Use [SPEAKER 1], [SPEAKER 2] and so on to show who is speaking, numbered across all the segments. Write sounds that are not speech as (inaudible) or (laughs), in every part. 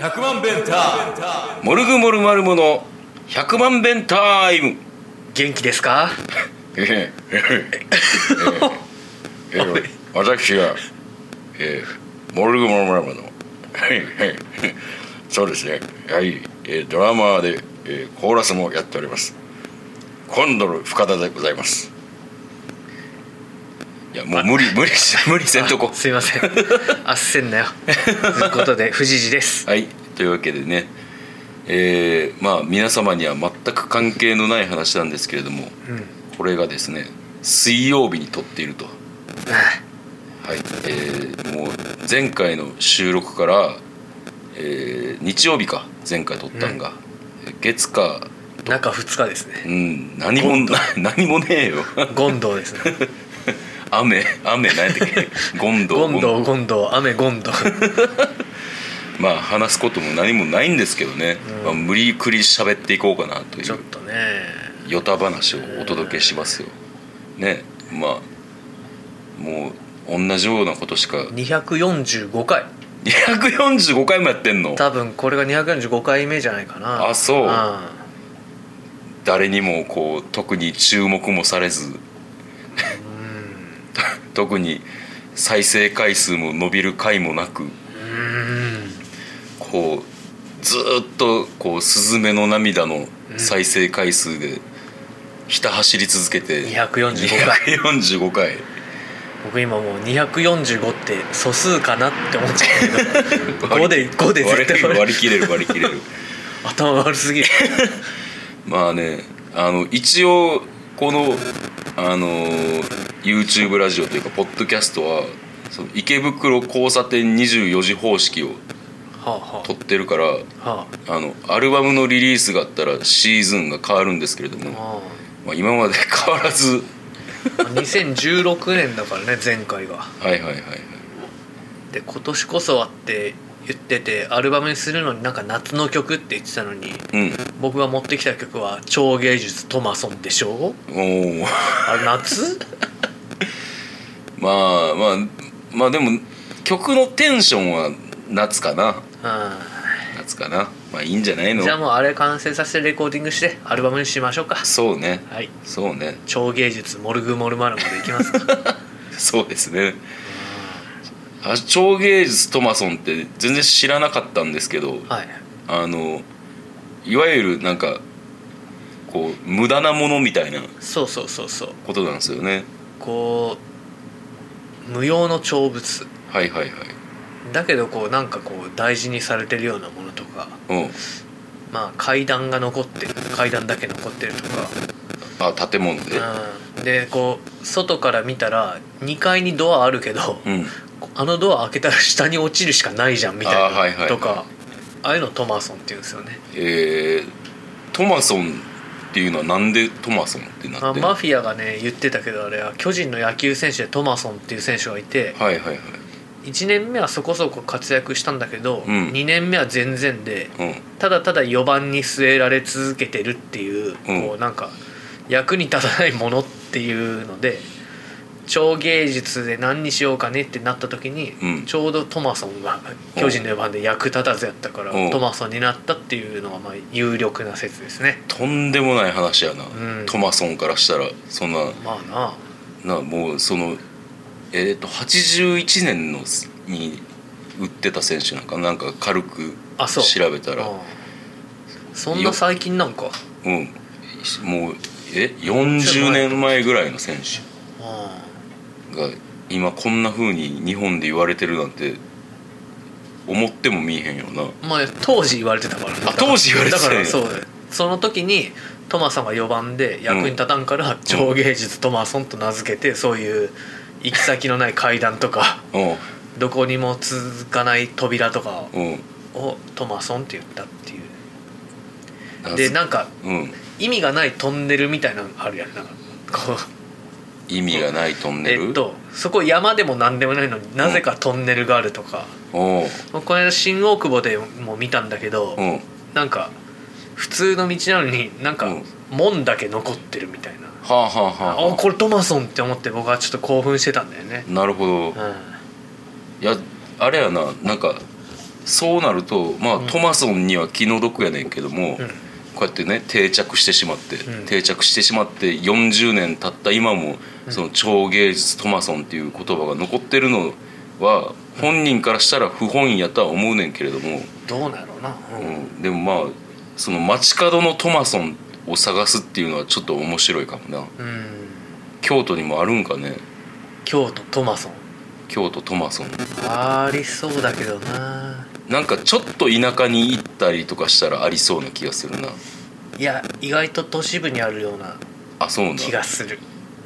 [SPEAKER 1] 100万弁タイムモルグモルマルモの100万弁タイム
[SPEAKER 2] 元気ですか
[SPEAKER 3] ええええええ私が、ええ、モルグモルマルモのはいはいそうですねはい、ええ、ドラマーで、ええ、コーラスもやっておりますコンドル深田でございますいやもう無理無理し無理せんとこ
[SPEAKER 2] あすいませ
[SPEAKER 3] (laughs)
[SPEAKER 2] んあっせんなよということで藤次です
[SPEAKER 3] はい、というわけでね、えーまあ皆様には全く関係のない話なんですけれども、これがですね水曜日に撮っていると、はいえーもう前回の収録から、えー日曜日か前回撮ったんが、月か、
[SPEAKER 2] 中2日ですね
[SPEAKER 3] うん、何もな (laughs) 何もねえよ (laughs)
[SPEAKER 2] 権藤ですね
[SPEAKER 3] 雨雨何やったっけ権藤
[SPEAKER 2] 権藤権藤雨権藤
[SPEAKER 3] まあ話すことも何もないんですけどね、
[SPEAKER 2] うん
[SPEAKER 3] まあ、無理くり喋っていこうかなという
[SPEAKER 2] ちょっとね
[SPEAKER 3] ヨタ話をお届けしますよねまあもう同じようなことしか
[SPEAKER 2] 245回
[SPEAKER 3] 245回もやってんの
[SPEAKER 2] 多分これが245回目じゃないかな
[SPEAKER 3] あそうん誰にもこう特に注目もされず (laughs) 特に再生回数も伸びる回もなくこうずーっとこう「スズメの涙」の再生回数でひた走り続けて
[SPEAKER 2] 245回
[SPEAKER 3] 245回
[SPEAKER 2] 僕今もう245って素数かなって思っちゃうけど5で5で絶
[SPEAKER 3] 割
[SPEAKER 2] 対
[SPEAKER 3] り割
[SPEAKER 2] 割れ
[SPEAKER 3] り切れる割り切れる
[SPEAKER 2] 頭悪
[SPEAKER 3] (laughs)
[SPEAKER 2] すぎる
[SPEAKER 3] まあねあの一応このあのー YouTube ラジオというかポッドキャストはその池袋交差点24時方式を
[SPEAKER 2] はあは
[SPEAKER 3] 撮ってるから
[SPEAKER 2] あは
[SPEAKER 3] あのアルバムのリリースがあったらシーズンが変わるんですけれど
[SPEAKER 2] あ
[SPEAKER 3] も、
[SPEAKER 2] は
[SPEAKER 3] まあ、今まで (laughs) 変わらず
[SPEAKER 2] あ2016年だからね前回が
[SPEAKER 3] はいはいはいはい
[SPEAKER 2] で今年こそはって言っててアルバムにするのになんか夏の曲って言ってたのに
[SPEAKER 3] うん
[SPEAKER 2] 僕が持ってきた曲は「超芸術トマソン」でしょ
[SPEAKER 3] おお
[SPEAKER 2] あれ夏
[SPEAKER 3] まあまあまあでも曲のテンションは夏かな
[SPEAKER 2] う
[SPEAKER 3] 夏かなまあいいんじゃない
[SPEAKER 2] ん
[SPEAKER 3] の
[SPEAKER 2] じゃあもうあれ完成させてレコーディングしてアルバムにしましょうか
[SPEAKER 3] そうね
[SPEAKER 2] はい
[SPEAKER 3] そうね
[SPEAKER 2] 超芸術モルグモルマルモでいきますか
[SPEAKER 3] (laughs) そうですね。あ超芸術トマソンって全然知らなかったんですけど、
[SPEAKER 2] はい
[SPEAKER 3] あのいわゆるなんかこう無駄なものみたいな
[SPEAKER 2] そうそうそうそう
[SPEAKER 3] ことなんですよね。
[SPEAKER 2] こう無用の長物
[SPEAKER 3] はいはいはい。
[SPEAKER 2] だけどこうなんかこう大事にされてるようなものとか
[SPEAKER 3] うん。
[SPEAKER 2] まあ階段が残ってる階段だけ残ってるとか
[SPEAKER 3] あ建物で。
[SPEAKER 2] うん、でこう外から見たら2階にドアあるけど、
[SPEAKER 3] うん。
[SPEAKER 2] あのドア開けたら下に落ちるしかないじゃんみたいな、
[SPEAKER 3] あーはいはい
[SPEAKER 2] とかああいうのトマーソンって言うんですよね、
[SPEAKER 3] えー、トマソンっていうのはなんでトマソンってな
[SPEAKER 2] まあ、
[SPEAKER 3] ってんの
[SPEAKER 2] マフィアがね言ってたけどあれは巨人の野球選手でトマーソンっていう選手がいて
[SPEAKER 3] はいはいはい。
[SPEAKER 2] 1年目はそこそこ活躍したんだけど、
[SPEAKER 3] うん
[SPEAKER 2] 2年目は全然で
[SPEAKER 3] うん。
[SPEAKER 2] ただただ4番に据えられ続けてるっていう、
[SPEAKER 3] うん
[SPEAKER 2] こうなんか役に立たないものっていうので超芸術で何にしようかねってなった時に、
[SPEAKER 3] うん
[SPEAKER 2] ちょうどトマソンが
[SPEAKER 3] うん
[SPEAKER 2] 巨人の4番で役立たずやったから、
[SPEAKER 3] うん
[SPEAKER 2] トマソンになったっていうのがまあ有力な説ですね。
[SPEAKER 3] とんでもない話やな。
[SPEAKER 2] うん
[SPEAKER 3] トマソンからしたらそんな。
[SPEAKER 2] まあなあ
[SPEAKER 3] なもうそのえっ、と81年のすに売ってた選手なんかなんか軽く
[SPEAKER 2] あそう
[SPEAKER 3] 調べたら
[SPEAKER 2] う
[SPEAKER 3] うん
[SPEAKER 2] そんな最近なんか、
[SPEAKER 3] んもうえ40年前ぐらいの選
[SPEAKER 2] う
[SPEAKER 3] 手が今こんな風に日本で言われてるなんて思っても見えへんよな。
[SPEAKER 2] ん、まあ当時言われてたからね
[SPEAKER 3] あ当時言われてたん
[SPEAKER 2] だ
[SPEAKER 3] や
[SPEAKER 2] からそうだよその時にトマさんが4番で役に立たんから、超芸術トマソンと名付けてそういう行き先のない階段とか
[SPEAKER 3] う
[SPEAKER 2] どこにも続かない扉とか
[SPEAKER 3] んうん。
[SPEAKER 2] をトマソンって言ったっていう
[SPEAKER 3] だ
[SPEAKER 2] でなんか
[SPEAKER 3] うん
[SPEAKER 2] 意味がないトンネルみたいなのあるやんなんかこ
[SPEAKER 3] 意味がないトン
[SPEAKER 2] う
[SPEAKER 3] ネル。
[SPEAKER 2] えっとそこ山でも何でもないのになぜかトンネルがあるとか、
[SPEAKER 3] おう
[SPEAKER 2] もうこの間新大久保でも見たんだけど、
[SPEAKER 3] うん。
[SPEAKER 2] なんか普通の道なのになんか
[SPEAKER 3] うん
[SPEAKER 2] 門だけ残ってるみたいな、
[SPEAKER 3] はあはあはあ
[SPEAKER 2] あこれトマソンって思って僕はちょっと興奮してたんだよね
[SPEAKER 3] なるほど。
[SPEAKER 2] うん
[SPEAKER 3] いやあれやななんかそうなるとまあ、トマソンには気の毒やねんけども、
[SPEAKER 2] うん
[SPEAKER 3] こうやってね定着してしまって、
[SPEAKER 2] うん
[SPEAKER 3] 定着してしまって40年経った今も、その超芸術トマソンっていう言葉が残ってるのは本人からしたら不本意やとは思うねんけれども、
[SPEAKER 2] どうなんやろうな、うん
[SPEAKER 3] うん、でもまあその街角のトマソンを探すっていうのはちょっと面白いかもな
[SPEAKER 2] うん
[SPEAKER 3] 京都にもあるんかね
[SPEAKER 2] 京都トマソン
[SPEAKER 3] 京都トマソン
[SPEAKER 2] ありそうだけどな
[SPEAKER 3] なんかちょっと田舎に行ったりとかしたらありそうな気がするない
[SPEAKER 2] や意外と都市部にあるような
[SPEAKER 3] あそうなん
[SPEAKER 2] 気がする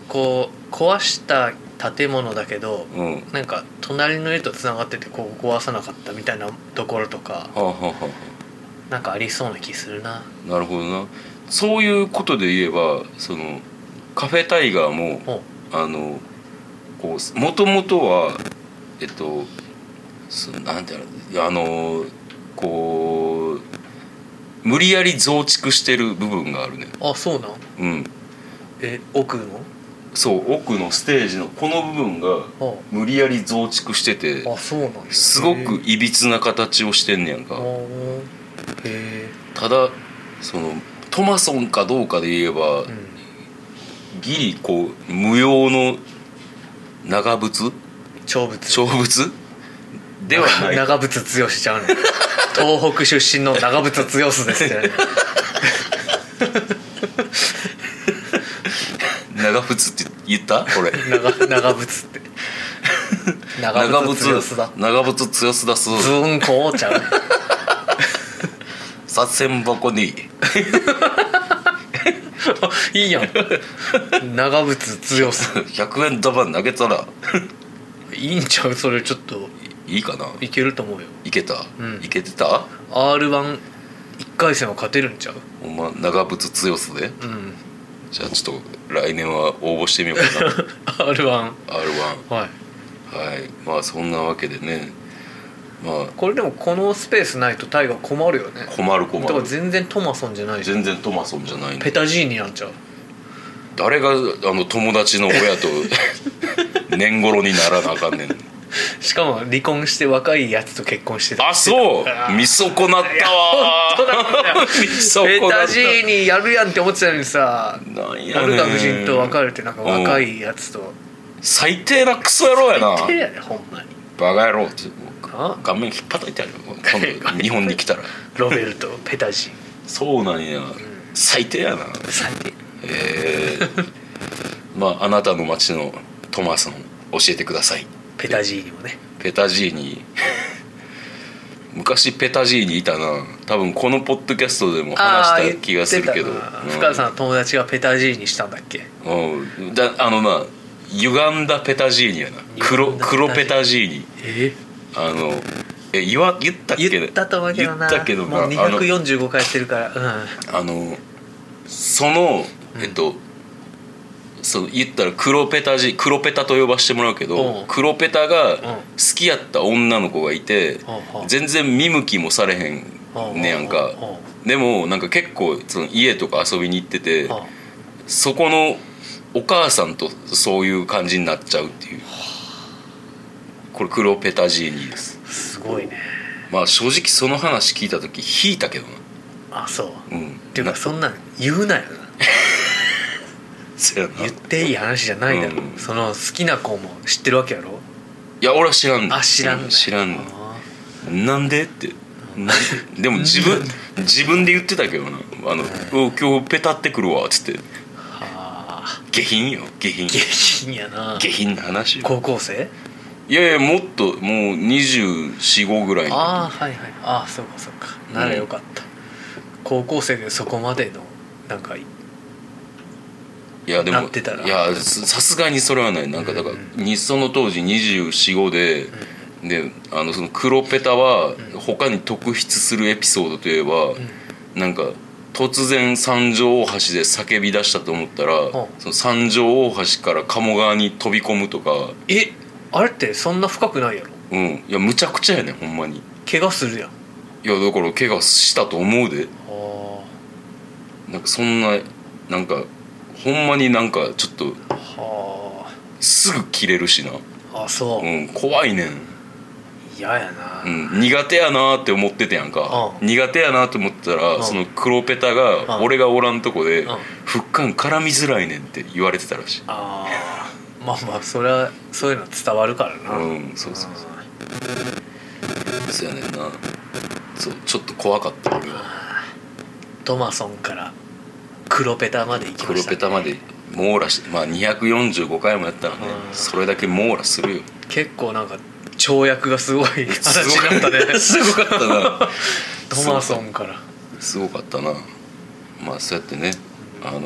[SPEAKER 2] こう壊した建物だけど
[SPEAKER 3] うんは
[SPEAKER 2] なんか隣の家とつながっててこう壊さなかったみたいなところとか
[SPEAKER 3] あ、はあは
[SPEAKER 2] なんかありそうな気するな
[SPEAKER 3] あ、なるほどなそういうことで言えばそのカフェタイガーも
[SPEAKER 2] お
[SPEAKER 3] あのこうもともとはえっとすなんていうのあのこう無理やり増築してる部分があるね
[SPEAKER 2] あそうなん
[SPEAKER 3] うん
[SPEAKER 2] え奥の
[SPEAKER 3] そう奥のステージのこの部分が
[SPEAKER 2] あ
[SPEAKER 3] 無理やり増築してて
[SPEAKER 2] あそうなんや
[SPEAKER 3] すご
[SPEAKER 2] へ
[SPEAKER 3] くいびつな形をしてんねやん
[SPEAKER 2] え
[SPEAKER 3] か
[SPEAKER 2] おーへ
[SPEAKER 3] ただそのトマソンかどうかで言えば、
[SPEAKER 2] えうん
[SPEAKER 3] ギリこう無用の長仏
[SPEAKER 2] 長物
[SPEAKER 3] 小仏ではない
[SPEAKER 2] 長渕剛ちゃう (laughs) ねん東北出身の長渕剛ですよね
[SPEAKER 3] 長仏って言ったこれ
[SPEAKER 2] 長長渕って長渕剛だ
[SPEAKER 3] 長仏強すだす
[SPEAKER 2] ズーンこうちゃ (laughs) うねん
[SPEAKER 3] 左遷箱に
[SPEAKER 2] いいやん長渕剛
[SPEAKER 3] 100円玉投げたら
[SPEAKER 2] いいんちゃうそれちょっと
[SPEAKER 3] いいかない
[SPEAKER 2] けると思うよ
[SPEAKER 3] いけた、
[SPEAKER 2] うん
[SPEAKER 3] いけてた
[SPEAKER 2] r 1 1回戦は勝てるん (laughs) ちゃう
[SPEAKER 3] ほんま長仏強すで
[SPEAKER 2] うん
[SPEAKER 3] じゃあちょっと来年は応募してみよう
[SPEAKER 2] (laughs)
[SPEAKER 3] か
[SPEAKER 2] r 1
[SPEAKER 3] な R1 は
[SPEAKER 2] はい
[SPEAKER 3] いまあそんなわけでねまあ
[SPEAKER 2] これでもこのスペースないとタイガー困るよね
[SPEAKER 3] 困る困
[SPEAKER 2] だから
[SPEAKER 3] る
[SPEAKER 2] 全然トマソンじゃないじゃん
[SPEAKER 3] 全然トマソンじゃない
[SPEAKER 2] ペ
[SPEAKER 3] ね
[SPEAKER 2] タジーニなんちゃう
[SPEAKER 3] 誰があの友達の親
[SPEAKER 2] (laughs)
[SPEAKER 3] と年頃にならなあかんねん
[SPEAKER 2] しかも離婚して若いやつと結婚してた
[SPEAKER 3] あそう見損なったわ見損
[SPEAKER 2] ペ
[SPEAKER 3] な
[SPEAKER 2] タ
[SPEAKER 3] っ
[SPEAKER 2] ジーニやるやんって思ってたのにさ
[SPEAKER 3] たなんや
[SPEAKER 2] ア
[SPEAKER 3] ね
[SPEAKER 2] ル
[SPEAKER 3] ん
[SPEAKER 2] ダ夫人と別れてなんか若いやつと
[SPEAKER 3] 最低なクソ野郎やな
[SPEAKER 2] 手やでほんまに
[SPEAKER 3] バカ野郎って
[SPEAKER 2] あ
[SPEAKER 3] 顔面引っ叩いてやるよ
[SPEAKER 2] (laughs)
[SPEAKER 3] 今度日本に来たら
[SPEAKER 2] ロベルトペタジーニ
[SPEAKER 3] そうなんや最低やな
[SPEAKER 2] 最低
[SPEAKER 3] えーまああなたの町のトマソン教えてください
[SPEAKER 2] ペタジーニもね
[SPEAKER 3] ペタジーニ昔ペタジーニいたな多分このポッドキャストでも話した気がするけど、
[SPEAKER 2] あー言ってたな深田さんの友達がペタジーニしたんだっけ
[SPEAKER 3] うんうんだあのな歪んだペタジーニやな黒
[SPEAKER 2] 歪んだ
[SPEAKER 3] 黒ペタジーニ
[SPEAKER 2] え
[SPEAKER 3] あのえ言わ言ったっけ
[SPEAKER 2] 言ったと思うけど
[SPEAKER 3] 言
[SPEAKER 2] な
[SPEAKER 3] ったけどな
[SPEAKER 2] もう
[SPEAKER 3] あの
[SPEAKER 2] 245回やってるからうん
[SPEAKER 3] あのその
[SPEAKER 2] うん
[SPEAKER 3] えっと、その言ったら黒ペタジ黒ペタと呼ばしてもらうけ
[SPEAKER 2] おう
[SPEAKER 3] ど黒ペタが好
[SPEAKER 2] ん
[SPEAKER 3] きやった女の子がいて
[SPEAKER 2] ほうほう
[SPEAKER 3] 全然見向きもされへんねやんか
[SPEAKER 2] ほ
[SPEAKER 3] でもなんか結構その家とか遊びに行ってて
[SPEAKER 2] うほうほう
[SPEAKER 3] そこのお母さんとそういう感じになっちゃうっていうこれ黒ペタジーニです
[SPEAKER 2] すごいね
[SPEAKER 3] まあ正直その話聞いた時引いたけどな
[SPEAKER 2] あそう
[SPEAKER 3] うん
[SPEAKER 2] っていうか
[SPEAKER 3] な
[SPEAKER 2] そんなん言うなよな
[SPEAKER 3] そやな
[SPEAKER 2] 言っ
[SPEAKER 3] い
[SPEAKER 2] ていい話じゃないだろ、
[SPEAKER 3] うん
[SPEAKER 2] その好きな子も知ってるわけやろ
[SPEAKER 3] や俺は知らんね
[SPEAKER 2] あ知らん
[SPEAKER 3] う
[SPEAKER 2] ね
[SPEAKER 3] 知らんね
[SPEAKER 2] あ
[SPEAKER 3] なんでってなでも自分自分で言ってたけどな「あのお今日ペタってくるわ」っつって
[SPEAKER 2] ーはあ
[SPEAKER 3] 下品よ下品
[SPEAKER 2] 下品やな
[SPEAKER 3] 下品な話よ
[SPEAKER 2] 高校生
[SPEAKER 3] いやいやもっともう245ぐらいの
[SPEAKER 2] ああはいはいああそうかそうかならよかった、高校生でそこまでのなんか
[SPEAKER 3] いやでも
[SPEAKER 2] なってたら
[SPEAKER 3] いやすさすがにそれはないなんかだから、
[SPEAKER 2] う
[SPEAKER 3] にその当時245で、であのその黒ペタは
[SPEAKER 2] うん
[SPEAKER 3] 他に特筆するエピソードといえば、
[SPEAKER 2] う
[SPEAKER 3] なんか突然三条大橋で叫び出したと思ったら、
[SPEAKER 2] ん
[SPEAKER 3] その三条大橋から鴨川に飛び込むとか
[SPEAKER 2] えあれってそんな深くないやろ
[SPEAKER 3] うんいやむちゃくちゃやねんほんまに
[SPEAKER 2] 怪我するやんあ
[SPEAKER 3] いやだから怪我したと思うで
[SPEAKER 2] あ
[SPEAKER 3] なんかそんななんかほんまになんかちょっと
[SPEAKER 2] は
[SPEAKER 3] すぐ切れるしな
[SPEAKER 2] ああそう、
[SPEAKER 3] うん怖いねん
[SPEAKER 2] 嫌やな、
[SPEAKER 3] うん、苦手やなって思っててやんか、
[SPEAKER 2] うん
[SPEAKER 3] 苦手やなと思ってたら、
[SPEAKER 2] うん
[SPEAKER 3] その黒ペタ
[SPEAKER 2] う
[SPEAKER 3] が
[SPEAKER 2] ん
[SPEAKER 3] 俺がおらんとこで
[SPEAKER 2] うん
[SPEAKER 3] 「ふっかん絡みづらいねん」って言われてたらしい、
[SPEAKER 2] あーまあまあそれはそういうの伝わるからな
[SPEAKER 3] うんそうそうそうやねんなそうちょっと怖かった俺は
[SPEAKER 2] うんトマソンから黒ペタまで行きま
[SPEAKER 3] 黒
[SPEAKER 2] した、
[SPEAKER 3] ペタまで網羅してまあ245回もやったらね
[SPEAKER 2] うん
[SPEAKER 3] それだけ網羅するよ
[SPEAKER 2] 結構なんか跳躍がすごい話になったね
[SPEAKER 3] (laughs) すごかったな
[SPEAKER 2] トマソンから
[SPEAKER 3] すごかったなまあそうやってねあの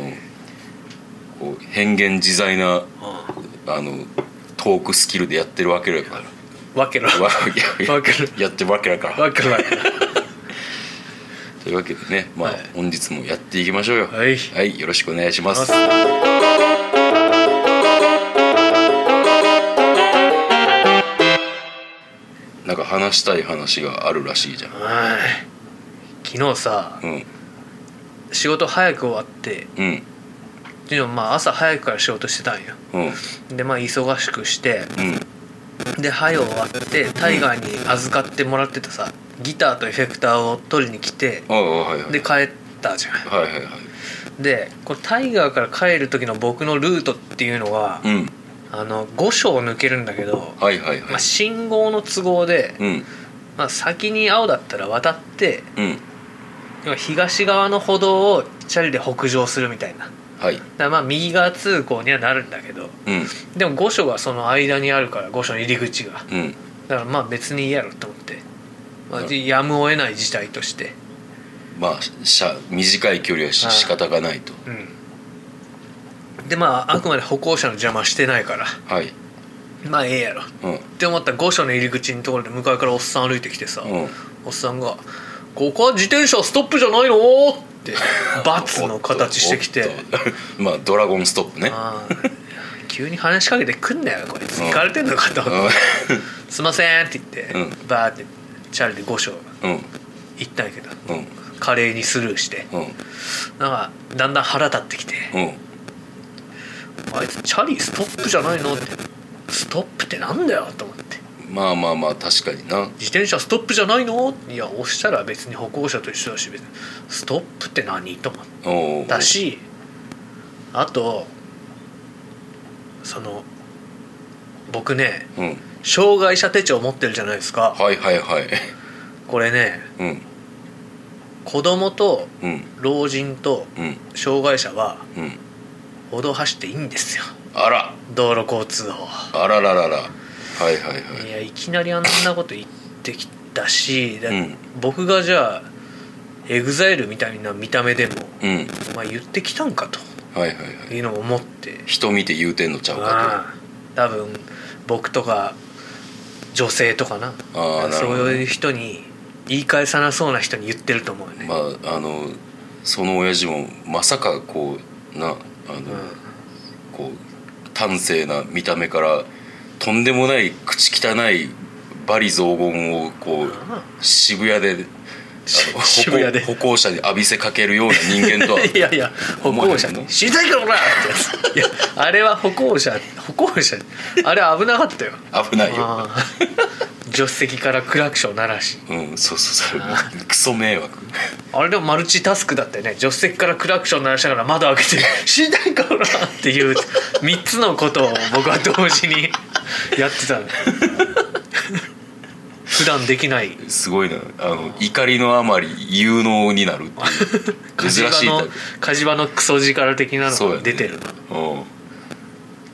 [SPEAKER 3] こう変幻自在な
[SPEAKER 2] う
[SPEAKER 3] あのトークスキルでやってるわけだから
[SPEAKER 2] んわけろ
[SPEAKER 3] わ
[SPEAKER 2] わ
[SPEAKER 3] や
[SPEAKER 2] ける
[SPEAKER 3] やってるわけだから
[SPEAKER 2] けろわけろ
[SPEAKER 3] というわけでねまあ、
[SPEAKER 2] はい
[SPEAKER 3] 本日もやっていきましょうよ
[SPEAKER 2] はい
[SPEAKER 3] よろしくお願いしま
[SPEAKER 2] お願い
[SPEAKER 3] す
[SPEAKER 2] し
[SPEAKER 3] なんか話したい話があるらしいじゃん
[SPEAKER 2] はい昨日さ
[SPEAKER 3] うん
[SPEAKER 2] 仕事早く終わって
[SPEAKER 3] うん
[SPEAKER 2] っていうのもまあ朝早くから仕事してたんよ
[SPEAKER 3] うん
[SPEAKER 2] でまあ忙しくして
[SPEAKER 3] うん
[SPEAKER 2] で早終わってタイガーに預かってもらってたさギターとエフェクターを取りに来て
[SPEAKER 3] ああはいはい
[SPEAKER 2] で帰ったじゃん
[SPEAKER 3] はいはいはい
[SPEAKER 2] でこれタイガーから帰る時の僕のルートっていうのが、
[SPEAKER 3] うん
[SPEAKER 2] あの5章抜けるんだけど、
[SPEAKER 3] はいはいはい
[SPEAKER 2] まあ、信号の都合で、
[SPEAKER 3] うん
[SPEAKER 2] まあ、先に青だったら渡って
[SPEAKER 3] うん
[SPEAKER 2] 要は東側の歩道をチャリで北上するみたいなだか
[SPEAKER 3] はい
[SPEAKER 2] らまあ右側通行にはなるんだけど
[SPEAKER 3] うん
[SPEAKER 2] でも5所がその間にあるから5所の入り口が
[SPEAKER 3] うん
[SPEAKER 2] だからまあ別にいいやろと思って、まあ、
[SPEAKER 3] うん
[SPEAKER 2] でやむを得ない事態として
[SPEAKER 3] まあしゃ短い距離はし
[SPEAKER 2] はい
[SPEAKER 3] 仕方がないと
[SPEAKER 2] うんでまああくまで歩行者の邪魔してないから
[SPEAKER 3] はい
[SPEAKER 2] まあええやろっ
[SPEAKER 3] うん
[SPEAKER 2] て思ったら5所の入り口のところで向かいからおっさん歩いてきてさ、
[SPEAKER 3] うん
[SPEAKER 2] おっさんが「ここは自転車ストップじゃないの?」
[SPEAKER 3] (laughs)
[SPEAKER 2] ってバツの形してき
[SPEAKER 3] お
[SPEAKER 2] て
[SPEAKER 3] っとおっと (laughs) まあドラゴンストップね
[SPEAKER 2] あー急に話しかけてくんなよこいつ疲れてんのかと思って「すいません」って言って、
[SPEAKER 3] うん
[SPEAKER 2] バーってチャリで5章
[SPEAKER 3] うんうん
[SPEAKER 2] 行ったんやけど
[SPEAKER 3] うん
[SPEAKER 2] 華麗にスルーして
[SPEAKER 3] うん
[SPEAKER 2] なんかだんだん腹立ってきて
[SPEAKER 3] うん
[SPEAKER 2] 「あいつチャリストップじゃないの?」って「ストップってなんだよ?」と思って。
[SPEAKER 3] まあまあまあ確かにな
[SPEAKER 2] 自転車ストップじゃないのいや押したら別に歩行者と一緒だし別にストップって何と思って
[SPEAKER 3] おー
[SPEAKER 2] だしあとその僕ね
[SPEAKER 3] うん
[SPEAKER 2] 障害者手帳持ってるじゃないですか
[SPEAKER 3] はいはいはい
[SPEAKER 2] これね
[SPEAKER 3] うん
[SPEAKER 2] 子供と
[SPEAKER 3] うん
[SPEAKER 2] 老人と
[SPEAKER 3] うん
[SPEAKER 2] 障害者は
[SPEAKER 3] うん
[SPEAKER 2] 歩道走っていいんですよ
[SPEAKER 3] あら
[SPEAKER 2] 道路交通法
[SPEAKER 3] あららららはいはいはい
[SPEAKER 2] いやいきなりあんなこと言ってきたし、だ
[SPEAKER 3] うん
[SPEAKER 2] 僕がじゃあエグザイルみたいな見た目でも
[SPEAKER 3] うん
[SPEAKER 2] お前言ってきたんかと
[SPEAKER 3] はいはいはい
[SPEAKER 2] いうのを思って
[SPEAKER 3] 人見て言うてんのちゃうか
[SPEAKER 2] まあ多分僕とか女性とかな
[SPEAKER 3] あーなる
[SPEAKER 2] そ
[SPEAKER 3] ほ
[SPEAKER 2] う
[SPEAKER 3] どね
[SPEAKER 2] いう人に言い返さなそうな人に言ってると思うよ
[SPEAKER 3] と
[SPEAKER 2] ね、
[SPEAKER 3] まああのその親父もまさかこうなあの
[SPEAKER 2] う
[SPEAKER 3] こう端正な見た目からとんでもない口汚い罵詈雑言をこ
[SPEAKER 2] ん、
[SPEAKER 3] う渋谷であの
[SPEAKER 2] し渋谷で
[SPEAKER 3] 歩行歩行者に浴びせかけるような人間とは
[SPEAKER 2] (laughs) いやいや歩行者
[SPEAKER 3] 思わへん
[SPEAKER 2] に
[SPEAKER 3] の
[SPEAKER 2] 「死にたいからおら!」ってやついやあれは歩行者歩行者あれ危な
[SPEAKER 3] (laughs)
[SPEAKER 2] かったよ
[SPEAKER 3] 危ないよ
[SPEAKER 2] あー助手席からクラクション鳴らし
[SPEAKER 3] うん、そうそうそうクソ迷惑
[SPEAKER 2] あれでもマルチタスクだったよね助手席からクラクション鳴らしながら窓開
[SPEAKER 3] (laughs)
[SPEAKER 2] けて「死にたいからおら!」っていう3つのことを僕は同
[SPEAKER 3] (laughs)
[SPEAKER 2] 時にやってたの普段できない
[SPEAKER 3] すごいなあの怒りのあまり有能になるっていう
[SPEAKER 2] (laughs) 火事
[SPEAKER 3] 珍
[SPEAKER 2] 場
[SPEAKER 3] しいタ
[SPEAKER 2] の
[SPEAKER 3] イプ
[SPEAKER 2] 火事場のクソ力的なの
[SPEAKER 3] そうや
[SPEAKER 2] が
[SPEAKER 3] ね
[SPEAKER 2] 出てる
[SPEAKER 3] うん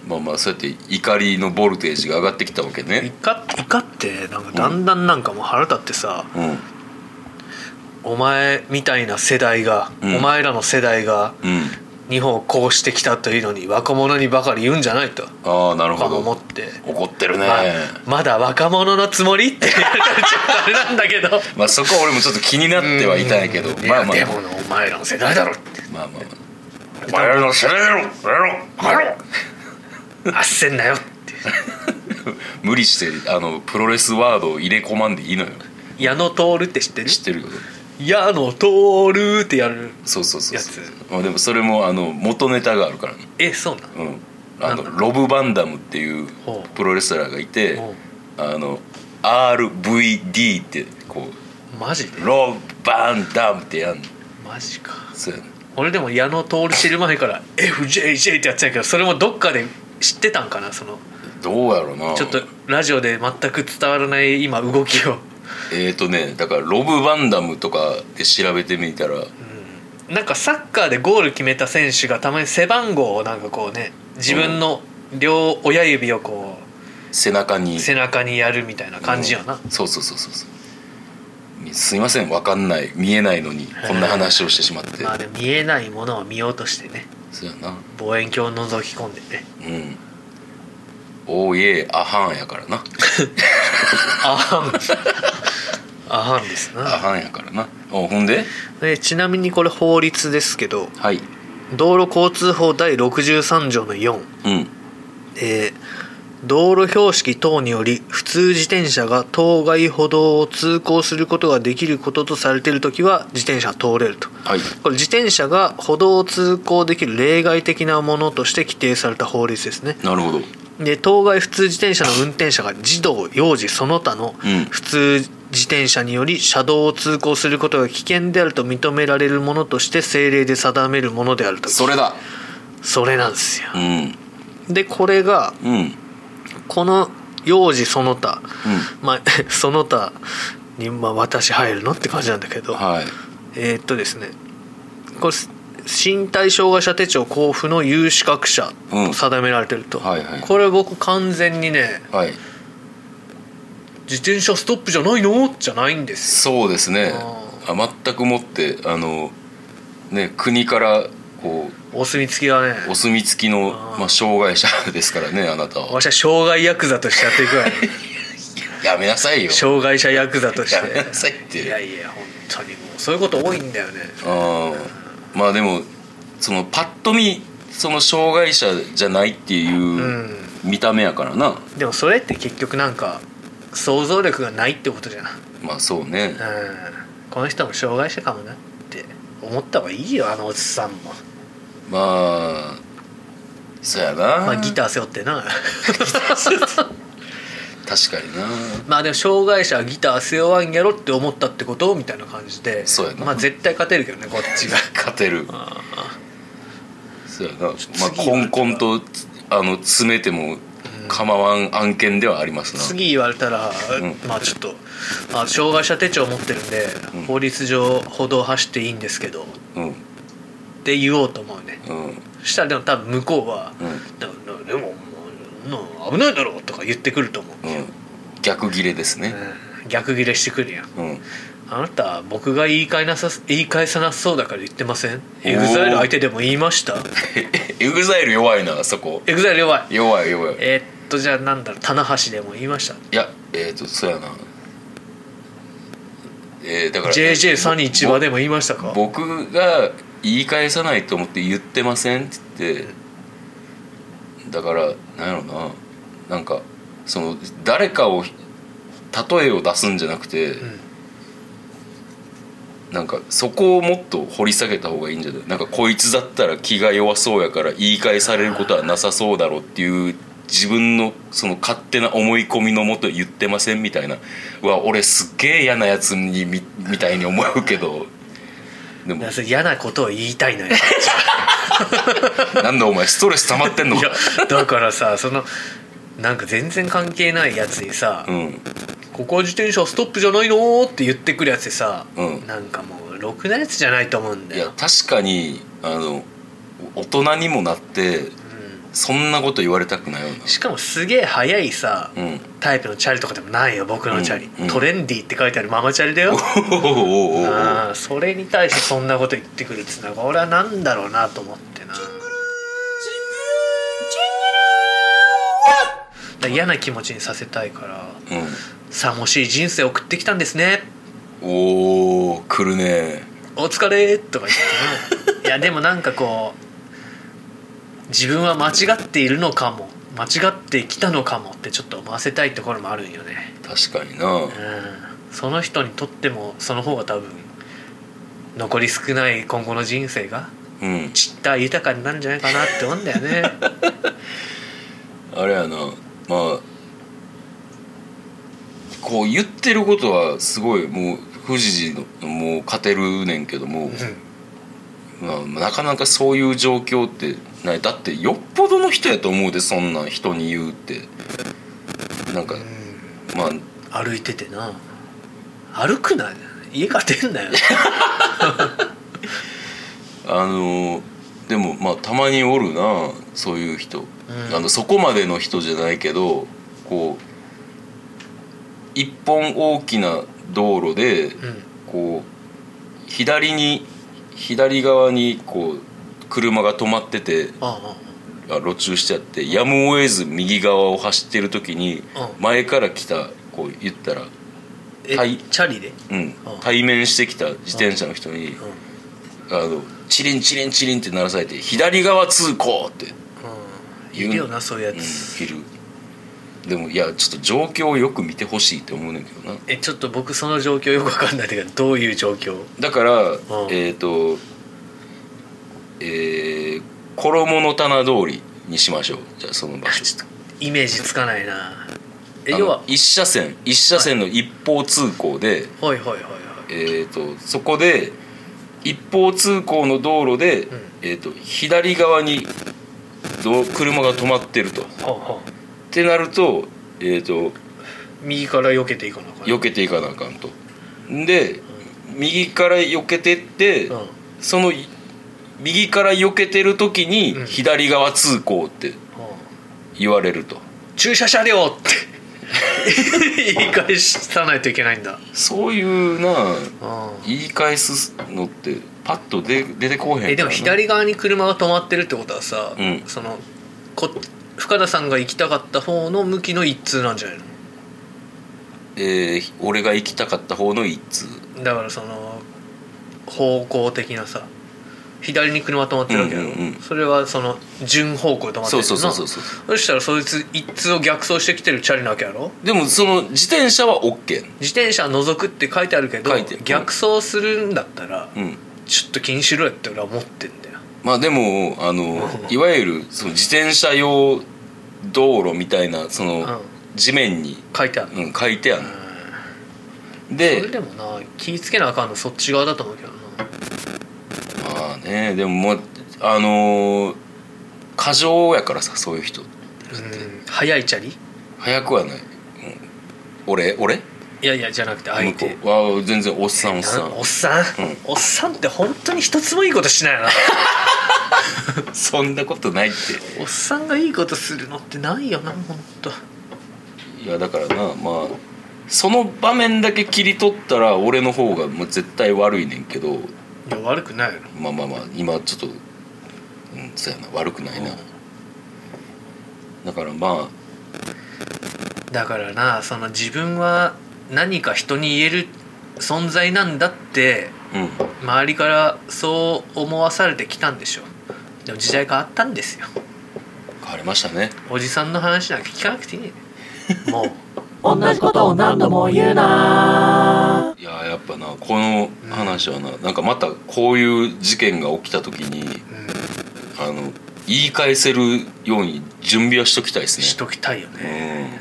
[SPEAKER 3] まあまあそうやって怒りのボルテージが上がってきたわけね
[SPEAKER 2] 怒っ怒ってなんかだんだんなんかもう腹立ってさ、
[SPEAKER 3] うん
[SPEAKER 2] お前みたいな世代が、
[SPEAKER 3] うん
[SPEAKER 2] お前らの世代が
[SPEAKER 3] うん
[SPEAKER 2] 日本をこうしてきたというのに若者にばかり言うんじゃないと
[SPEAKER 3] ああなる
[SPEAKER 2] 僕
[SPEAKER 3] ほ
[SPEAKER 2] は
[SPEAKER 3] ど
[SPEAKER 2] 思って、
[SPEAKER 3] 怒ってるね
[SPEAKER 2] ままだ若者のつもりって言われ (laughs) たらちょっとあれなんだけど
[SPEAKER 3] まあそこは俺もちょっと気になってはいたんやけど
[SPEAKER 2] うんい
[SPEAKER 3] ま
[SPEAKER 2] や
[SPEAKER 3] あまあ
[SPEAKER 2] でもなお前らの世代だろって
[SPEAKER 3] まあまあまあお前らのせいだろやろやろ
[SPEAKER 2] あっせんなよって
[SPEAKER 3] 無理してあのプロレスワードを入れ込まんでいいのよ
[SPEAKER 2] 矢野徹って知ってる
[SPEAKER 3] 知ってるよ
[SPEAKER 2] 矢野徹ってやる
[SPEAKER 3] そうそうそうそう
[SPEAKER 2] やつ
[SPEAKER 3] まあでもそれもあの元ネタがあるからね
[SPEAKER 2] えそうなの
[SPEAKER 3] うん、あの
[SPEAKER 2] なんだ
[SPEAKER 3] ロブ・バンダムっていう
[SPEAKER 2] ほう
[SPEAKER 3] プロレスラーがいて
[SPEAKER 2] ほ
[SPEAKER 3] あの RVD ってこ
[SPEAKER 2] マジで
[SPEAKER 3] うローバンダムってやんの
[SPEAKER 2] マジか
[SPEAKER 3] そうやね
[SPEAKER 2] 俺でも矢野徹知る前から FJJ ってやってたけどそれもどっかで知ってたんかなその
[SPEAKER 3] どうやろうな
[SPEAKER 2] ちょっとラジオで全く伝わらない今動きを、
[SPEAKER 3] えーとねだからロブ・バンダムとかで調べてみたら
[SPEAKER 2] うん、なんかサッカーでゴール決めた選手がたまに背番号をなんかこうね自分の両親指をこ
[SPEAKER 3] 背中に
[SPEAKER 2] う背中にやるみたいな感じやな、
[SPEAKER 3] うんそうそうそうそうそうすいませんわかんない見えないのにこんな話をしてしまって
[SPEAKER 2] まあでも見えないものを見ようとしてね
[SPEAKER 3] そうやな
[SPEAKER 2] 望遠鏡を覗き込んでね
[SPEAKER 3] うんおーいえアハンやからな
[SPEAKER 2] あ (laughs) はんあはんです
[SPEAKER 3] ア
[SPEAKER 2] な
[SPEAKER 3] ハンやからなおほんで
[SPEAKER 2] でちなみにこれ法律ですけど
[SPEAKER 3] はい
[SPEAKER 2] 道路交通法第63条の4
[SPEAKER 3] うん
[SPEAKER 2] えー道路標識等により普通自転車が当該歩道を通行することができることとされている時は自転車は通れると
[SPEAKER 3] はい
[SPEAKER 2] これ自転車が歩道を通行できる例外的なものとして規定された法律ですね
[SPEAKER 3] なるほど
[SPEAKER 2] で当該普通自転車の運転者が児童幼児その他の
[SPEAKER 3] うん
[SPEAKER 2] 普通自転車により車道を通行することが危険であると認められるものとして政令で定めるものであると
[SPEAKER 3] それだ
[SPEAKER 2] それなんですよ
[SPEAKER 3] うん
[SPEAKER 2] でこれが
[SPEAKER 3] うん
[SPEAKER 2] この幼児その他、まあ (laughs) その他に、まあ、私入るのって感じなんだけど、
[SPEAKER 3] はい
[SPEAKER 2] えーっとですねこれ身体障害者手帳交付の有資格者
[SPEAKER 3] うん
[SPEAKER 2] と定められてると、
[SPEAKER 3] はいはい
[SPEAKER 2] これ僕完全にね
[SPEAKER 3] はい
[SPEAKER 2] 自転車ストップじゃないのじゃないんです
[SPEAKER 3] そうですね
[SPEAKER 2] あ
[SPEAKER 3] あ全くもってあのね国からこう
[SPEAKER 2] お墨付きはね
[SPEAKER 3] お墨付きの
[SPEAKER 2] あー
[SPEAKER 3] まあ、障害者 (laughs) ですからねあなたは
[SPEAKER 2] わしは障害ヤクザとしてやってい (laughs) くわよ
[SPEAKER 3] やめなさいよ
[SPEAKER 2] 障害者ヤクザとして
[SPEAKER 3] やめなさいって
[SPEAKER 2] いやいや本当にもうそういうこと多いんだよね
[SPEAKER 3] あーまあでもそのパッと見その障害者じゃないっていう
[SPEAKER 2] うん
[SPEAKER 3] 見た目やからな、
[SPEAKER 2] でもそれって結局なんか想像力がないってことじゃない、
[SPEAKER 3] まあそうね
[SPEAKER 2] うん、この人も障害者かもなって思った方がいいよあのおじさんも、
[SPEAKER 3] まあそうやな、
[SPEAKER 2] まあ、ギター背負ってな (laughs)
[SPEAKER 3] 確かにな
[SPEAKER 2] まあでも障害者はギター背負わんやろって思ったってことみたいな感じで
[SPEAKER 3] そうやな
[SPEAKER 2] まあ絶対勝てるけどねこっちが
[SPEAKER 3] 勝てる
[SPEAKER 2] あ
[SPEAKER 3] そうやなまあ
[SPEAKER 2] 次
[SPEAKER 3] コンコンとあの詰めても構わん案件ではありますな、
[SPEAKER 2] 次言われたら、
[SPEAKER 3] ん
[SPEAKER 2] まあちょっと、まあ、障害者手帳持ってるんで、
[SPEAKER 3] ん
[SPEAKER 2] 法律上歩道走っていいんですけどっ
[SPEAKER 3] うんうん
[SPEAKER 2] て言おうと思うね
[SPEAKER 3] うん
[SPEAKER 2] したらでも多分向こうは
[SPEAKER 3] うん
[SPEAKER 2] 「でもでももう危ないだろ」とか言ってくると思う、
[SPEAKER 3] 逆ギレですね
[SPEAKER 2] うん逆ギレしてくるやん
[SPEAKER 3] うん (laughs)
[SPEAKER 2] あなた僕が言い返なさ言い返さなそうだから言ってません
[SPEAKER 3] おー
[SPEAKER 2] エグザイル相手でも言いました
[SPEAKER 3] エグザイル弱いなそこ
[SPEAKER 2] エグザイル弱い
[SPEAKER 3] 弱い弱い
[SPEAKER 2] えーっとじゃあなんだろう棚橋でも言いました
[SPEAKER 3] いやえっ、ー、とそうやなえー、だから
[SPEAKER 2] JJ サニー千葉でも言いましたか
[SPEAKER 3] 僕が言い返さないと思って言ってませんって言ってだからなんやろななんかその誰かを例えを出すんじゃなくて、
[SPEAKER 2] ん
[SPEAKER 3] なんかそこをもっと掘り下げた方がいいんじゃないなんかこいつだったら気が弱そうやから言い返されることはなさそうだろうっていう自分のその勝手な思い込みのもと言ってませんみたいなうわ俺すっげえ嫌なやつにみみたいに思うけどで
[SPEAKER 2] い
[SPEAKER 3] も
[SPEAKER 2] やそれ嫌なことを言いたいのよ
[SPEAKER 3] なんだお前ストレス溜まってんの
[SPEAKER 2] (laughs) い
[SPEAKER 3] か
[SPEAKER 2] やだからさそのなんか全然関係ないやつにさ、
[SPEAKER 3] うん
[SPEAKER 2] ここは自転車ストップじゃないのーって言ってくるやつでさ、
[SPEAKER 3] うん
[SPEAKER 2] なんかもうろくなやつじゃないと思うんだ
[SPEAKER 3] いや
[SPEAKER 2] よ、
[SPEAKER 3] 確かにあの大人にもなって
[SPEAKER 2] う
[SPEAKER 3] そんなこと言われたくないよ
[SPEAKER 2] ん、しかもすげえ速いさ、
[SPEAKER 3] なうん
[SPEAKER 2] タイプのチャリとかでもないよ僕のチャリ、
[SPEAKER 3] うんうん
[SPEAKER 2] トレンディーって書いてあるママチャリだよ
[SPEAKER 3] (laughs) おおおおお
[SPEAKER 2] あーそれに対してそんなこと言ってくるっつうのが俺はなんだろうなと思ってなだから嫌な気持ちにさせたいから寂しい人生送ってきたんですね
[SPEAKER 3] うんおお来るね
[SPEAKER 2] お疲れとか言ってねいやでもなんかこう自分は間違っているのかも間違ってきたのかもってちょっと思わせたいところもあるんよね
[SPEAKER 3] 確かにな
[SPEAKER 2] うんその人にとってもその方が多分残り少ない今後の人生が
[SPEAKER 3] うん
[SPEAKER 2] ちった豊かになるんじゃないかなって思うんだよね
[SPEAKER 3] あれやなまあこう言ってることはすごいもう富士寺のもう勝てるねんけども、まあ、なかなかそういう状況ってないだってよっぽどの人やと思うでそんなん人に言うってなんかまあ
[SPEAKER 2] (laughs) 歩いててな歩くな家から出んなよ
[SPEAKER 3] あのでもまあたまにおるなそういう人、
[SPEAKER 2] ん
[SPEAKER 3] あのそこまでの人じゃないけどこう一本大きな道路で、
[SPEAKER 2] うん
[SPEAKER 3] こう左に左側にこう車が止まってて
[SPEAKER 2] あ
[SPEAKER 3] あ路中しちゃってやむを得ず右側を走ってる時に
[SPEAKER 2] う
[SPEAKER 3] 前から来たこう言ったら、
[SPEAKER 2] あ
[SPEAKER 3] は
[SPEAKER 2] あ
[SPEAKER 3] い
[SPEAKER 2] えチャリで
[SPEAKER 3] うん、対面してきた自転車の人に
[SPEAKER 2] うん
[SPEAKER 3] あのチリンチリンチリンって鳴らされて「左側通行!」って、
[SPEAKER 2] うんいるよなそういう
[SPEAKER 3] う
[SPEAKER 2] や
[SPEAKER 3] ん、
[SPEAKER 2] つ
[SPEAKER 3] いるでもいやちょっと状況をよく見てほしいって思うねんけどな
[SPEAKER 2] えちょっと僕その状況よくわかんないんだけどどういう状況
[SPEAKER 3] だから、えっ、
[SPEAKER 2] ん
[SPEAKER 3] とえー衣の棚通りにしましょうじゃあその場所
[SPEAKER 2] イメージつかないなえ
[SPEAKER 3] あの
[SPEAKER 2] 要は
[SPEAKER 3] 一車線一車線の一方通行で、
[SPEAKER 2] はいはいはいはい
[SPEAKER 3] えー、とそこで一方通行の道路で、
[SPEAKER 2] ん
[SPEAKER 3] えー、と左側にど車が止まってるとっ
[SPEAKER 2] はあはあ
[SPEAKER 3] てなると,、えー、と
[SPEAKER 2] 右から避けていかなあかん
[SPEAKER 3] 避けていかなあかんとで右から避けてって、
[SPEAKER 2] うん
[SPEAKER 3] その右から避けてる時に、
[SPEAKER 2] うん
[SPEAKER 3] 左側通行って
[SPEAKER 2] は
[SPEAKER 3] 言われると
[SPEAKER 2] あ駐車車両って (laughs) 言い返さないといけないんだ
[SPEAKER 3] そういうな
[SPEAKER 2] うん
[SPEAKER 3] 言い返すのってパッと出出てこうへんからな
[SPEAKER 2] えでも左側に車が止まってるってことはさ、
[SPEAKER 3] うん
[SPEAKER 2] そのこ深田さんが行きたかった方の向きの一通なんじゃないの
[SPEAKER 3] えー俺が行きたかった方の一通
[SPEAKER 2] だからその方向的なさ左に車止まってるわけやろ、
[SPEAKER 3] うんうんうん
[SPEAKER 2] それはその順方向で止まってる
[SPEAKER 3] そ
[SPEAKER 2] よ
[SPEAKER 3] う
[SPEAKER 2] な
[SPEAKER 3] そうそうそうそう
[SPEAKER 2] そしたらそいつ一通を逆走してきてるチャリなわけやろ
[SPEAKER 3] でもその自転車は OK、
[SPEAKER 2] 自転車除くって書いてあるけど
[SPEAKER 3] 書いてるうん
[SPEAKER 2] 逆走するんだったら、
[SPEAKER 3] うん、
[SPEAKER 2] ちょっと気にしろよって俺は思ってんだよ
[SPEAKER 3] まあでもあのいわゆるその自転車用道路みたいなその地面に、
[SPEAKER 2] 書いてある、
[SPEAKER 3] うん、書いてある
[SPEAKER 2] それ
[SPEAKER 3] で
[SPEAKER 2] でもな気ぃつけなあかんのそっち側だと思うけどな
[SPEAKER 3] まあねでももうあのー過剰やからさそういう人
[SPEAKER 2] うん早いチャリ
[SPEAKER 3] 早くはない、うん、俺俺
[SPEAKER 2] いやいやじゃなくて相
[SPEAKER 3] 向こ
[SPEAKER 2] 手
[SPEAKER 3] うは全然おっさんおっさん
[SPEAKER 2] おっさ
[SPEAKER 3] う
[SPEAKER 2] ん、
[SPEAKER 3] ん
[SPEAKER 2] おっさんって本当に一つもいいことしないよな
[SPEAKER 3] そんなことないっ
[SPEAKER 2] おっさんがいいことするのってないよな本当
[SPEAKER 3] ていやだからなまあその場面だけ切り取ったら俺の方がもう絶対悪いねんけど
[SPEAKER 2] いや悪くないよな
[SPEAKER 3] まあまあまあ今ちょっとうんそうやな悪くないな、
[SPEAKER 2] うん
[SPEAKER 3] だからま
[SPEAKER 2] だからなその自分は何か人に言える存在なんだって
[SPEAKER 3] あうん
[SPEAKER 2] 周りからそう思わされてきたんでしょでも時代変わったんですよ
[SPEAKER 3] 変わりましたね
[SPEAKER 2] おじさんの話なんか聞かなくてい (laughs) いもう
[SPEAKER 4] 同じことを何度も言うない
[SPEAKER 3] ややっぱなこの話はな、なんかまたこういう事件が起きた時にあの言い返せるように準備はしときたいですね
[SPEAKER 2] しときたいよね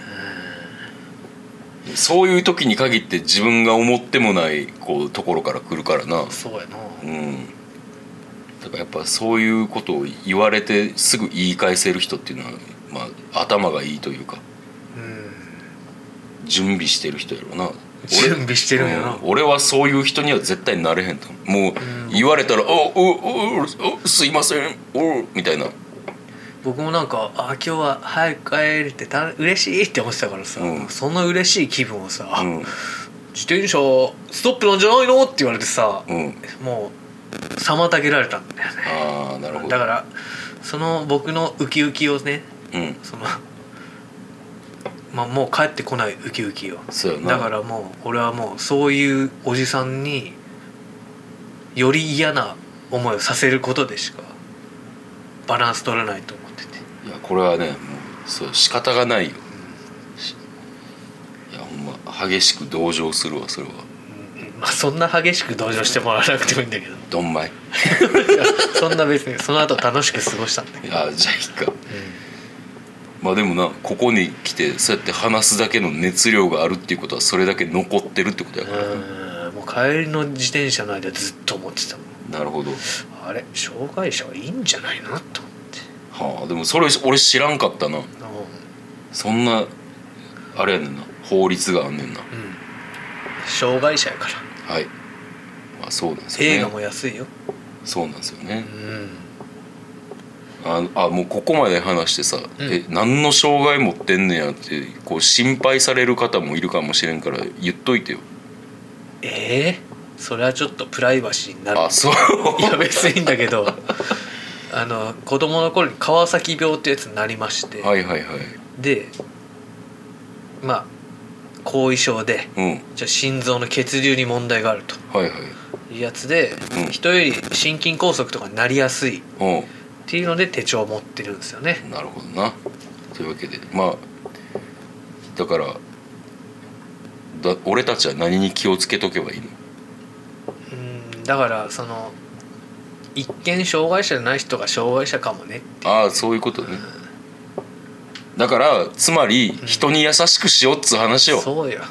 [SPEAKER 3] うんそういう時に限って自分が思ってもないこうところから来るからな
[SPEAKER 2] そうやな
[SPEAKER 3] うんだからやっぱそういうことを言われてすぐ言い返せる人っていうのは、まあ、頭がいいというか
[SPEAKER 2] うん
[SPEAKER 3] 準備してる人やろうな俺
[SPEAKER 2] 準備してるんやな
[SPEAKER 3] うん俺はそういう人には絶対なれへんと思うもう言われたら「おおおおすいませんおみたいな
[SPEAKER 2] 僕もなんか「あ今日は早く帰れてた嬉しい」って思ってたからさ、
[SPEAKER 3] うん
[SPEAKER 2] そんな嬉しい気分をさ「
[SPEAKER 3] うん
[SPEAKER 2] 自転車ストップなんじゃないの?」って言われてさ、
[SPEAKER 3] うん
[SPEAKER 2] もう妨げられたんだよね
[SPEAKER 3] ああなるほど
[SPEAKER 2] だからその僕のウキウキをね
[SPEAKER 3] うん
[SPEAKER 2] そのまあもう帰ってこないウキウキを
[SPEAKER 3] そうやな
[SPEAKER 2] だからもう俺はもうそういうおじさんにより嫌な思いをさせることでしかバランス取れないと思ってて
[SPEAKER 3] いやこれはねもうそう仕方がないよしいやほんま激しく同情するわそれは
[SPEAKER 2] まあそんな激しく同情してもらわなくてもいいんだけど
[SPEAKER 3] どんまい
[SPEAKER 2] そんな別にその後楽しく過ごしたんだけ
[SPEAKER 3] いやじゃあいいか、まあでもなここに来てそうやって話すだけの熱量があるっていうことはそれだけ残ってるってことやから、
[SPEAKER 2] うんもう帰りの自転車の間ずっと思ってたもん
[SPEAKER 3] なるほど
[SPEAKER 2] あれ障害者はいいんじゃないなと思って
[SPEAKER 3] はあでもそれ俺知らんかったなそんなあれやねんな法律があんねんな
[SPEAKER 2] うん障害者やから
[SPEAKER 3] はいまあそうなんですよね
[SPEAKER 2] 映画も安いよ、
[SPEAKER 3] そうなんですよね
[SPEAKER 2] うん
[SPEAKER 3] ああもうここまで話してさ、
[SPEAKER 2] ん
[SPEAKER 3] え何の障害持ってんねんやってこう心配される方もいるかもしれんから言っといてよ
[SPEAKER 2] ええそれはちょっとプライバシーになる
[SPEAKER 3] あそう (laughs)
[SPEAKER 2] いや別にいいんだけどあの子供の頃に川崎病ってやつになりまして、
[SPEAKER 3] はいはいはい
[SPEAKER 2] でまあ後遺症で
[SPEAKER 3] うん
[SPEAKER 2] じゃあ心臓の血流に問題があると
[SPEAKER 3] はいはい
[SPEAKER 2] いうやつで、
[SPEAKER 3] うん
[SPEAKER 2] 人より心筋梗塞とかになりやすいっ
[SPEAKER 3] うん
[SPEAKER 2] ていうので手帳を持ってるんですよね
[SPEAKER 3] なるほどなというわけでまあだからだ俺たちは何に気をつけとけばいいの
[SPEAKER 2] うんだからその一見障害者じゃない人が障害者かもね
[SPEAKER 3] ああそういうことねだからつまり人に優しくしようっつう話よ、
[SPEAKER 2] そうよ